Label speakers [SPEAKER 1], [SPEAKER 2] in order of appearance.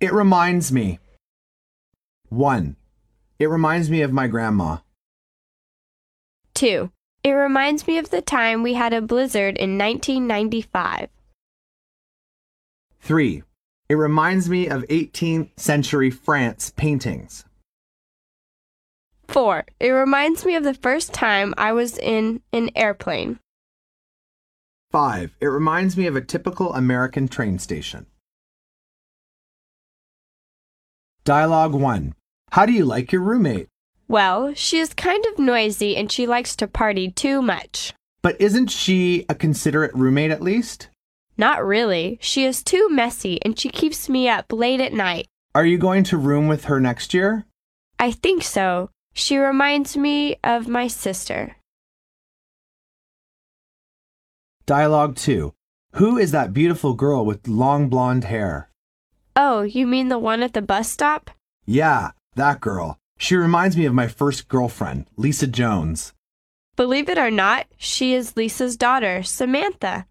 [SPEAKER 1] It reminds me. One, it reminds me of my grandma.
[SPEAKER 2] 2. It reminds me of the time we had a blizzard in 1995.
[SPEAKER 1] Three, it reminds me of 18th century France paintings.
[SPEAKER 2] 4. It reminds me of the first time I was in an airplane.
[SPEAKER 1] Five, it reminds me of a typical American train station. Dialogue one, how do you like your roommate?
[SPEAKER 2] Well, she is kind of noisy and she likes to party too much.
[SPEAKER 1] But isn't she a considerate roommate at least?
[SPEAKER 2] Not really. She is too messy and she keeps me up late at night.
[SPEAKER 1] Are you going to room with her next year?
[SPEAKER 2] I think so. She reminds me of my sister.
[SPEAKER 1] Dialogue 2. Who is that beautiful girl with long blonde hair?
[SPEAKER 2] Oh, you mean the one at the bus stop?
[SPEAKER 1] Yeah, that girl. She reminds me of my first girlfriend, Lisa Jones.
[SPEAKER 2] Believe it or not, she is Lisa's daughter, Samantha.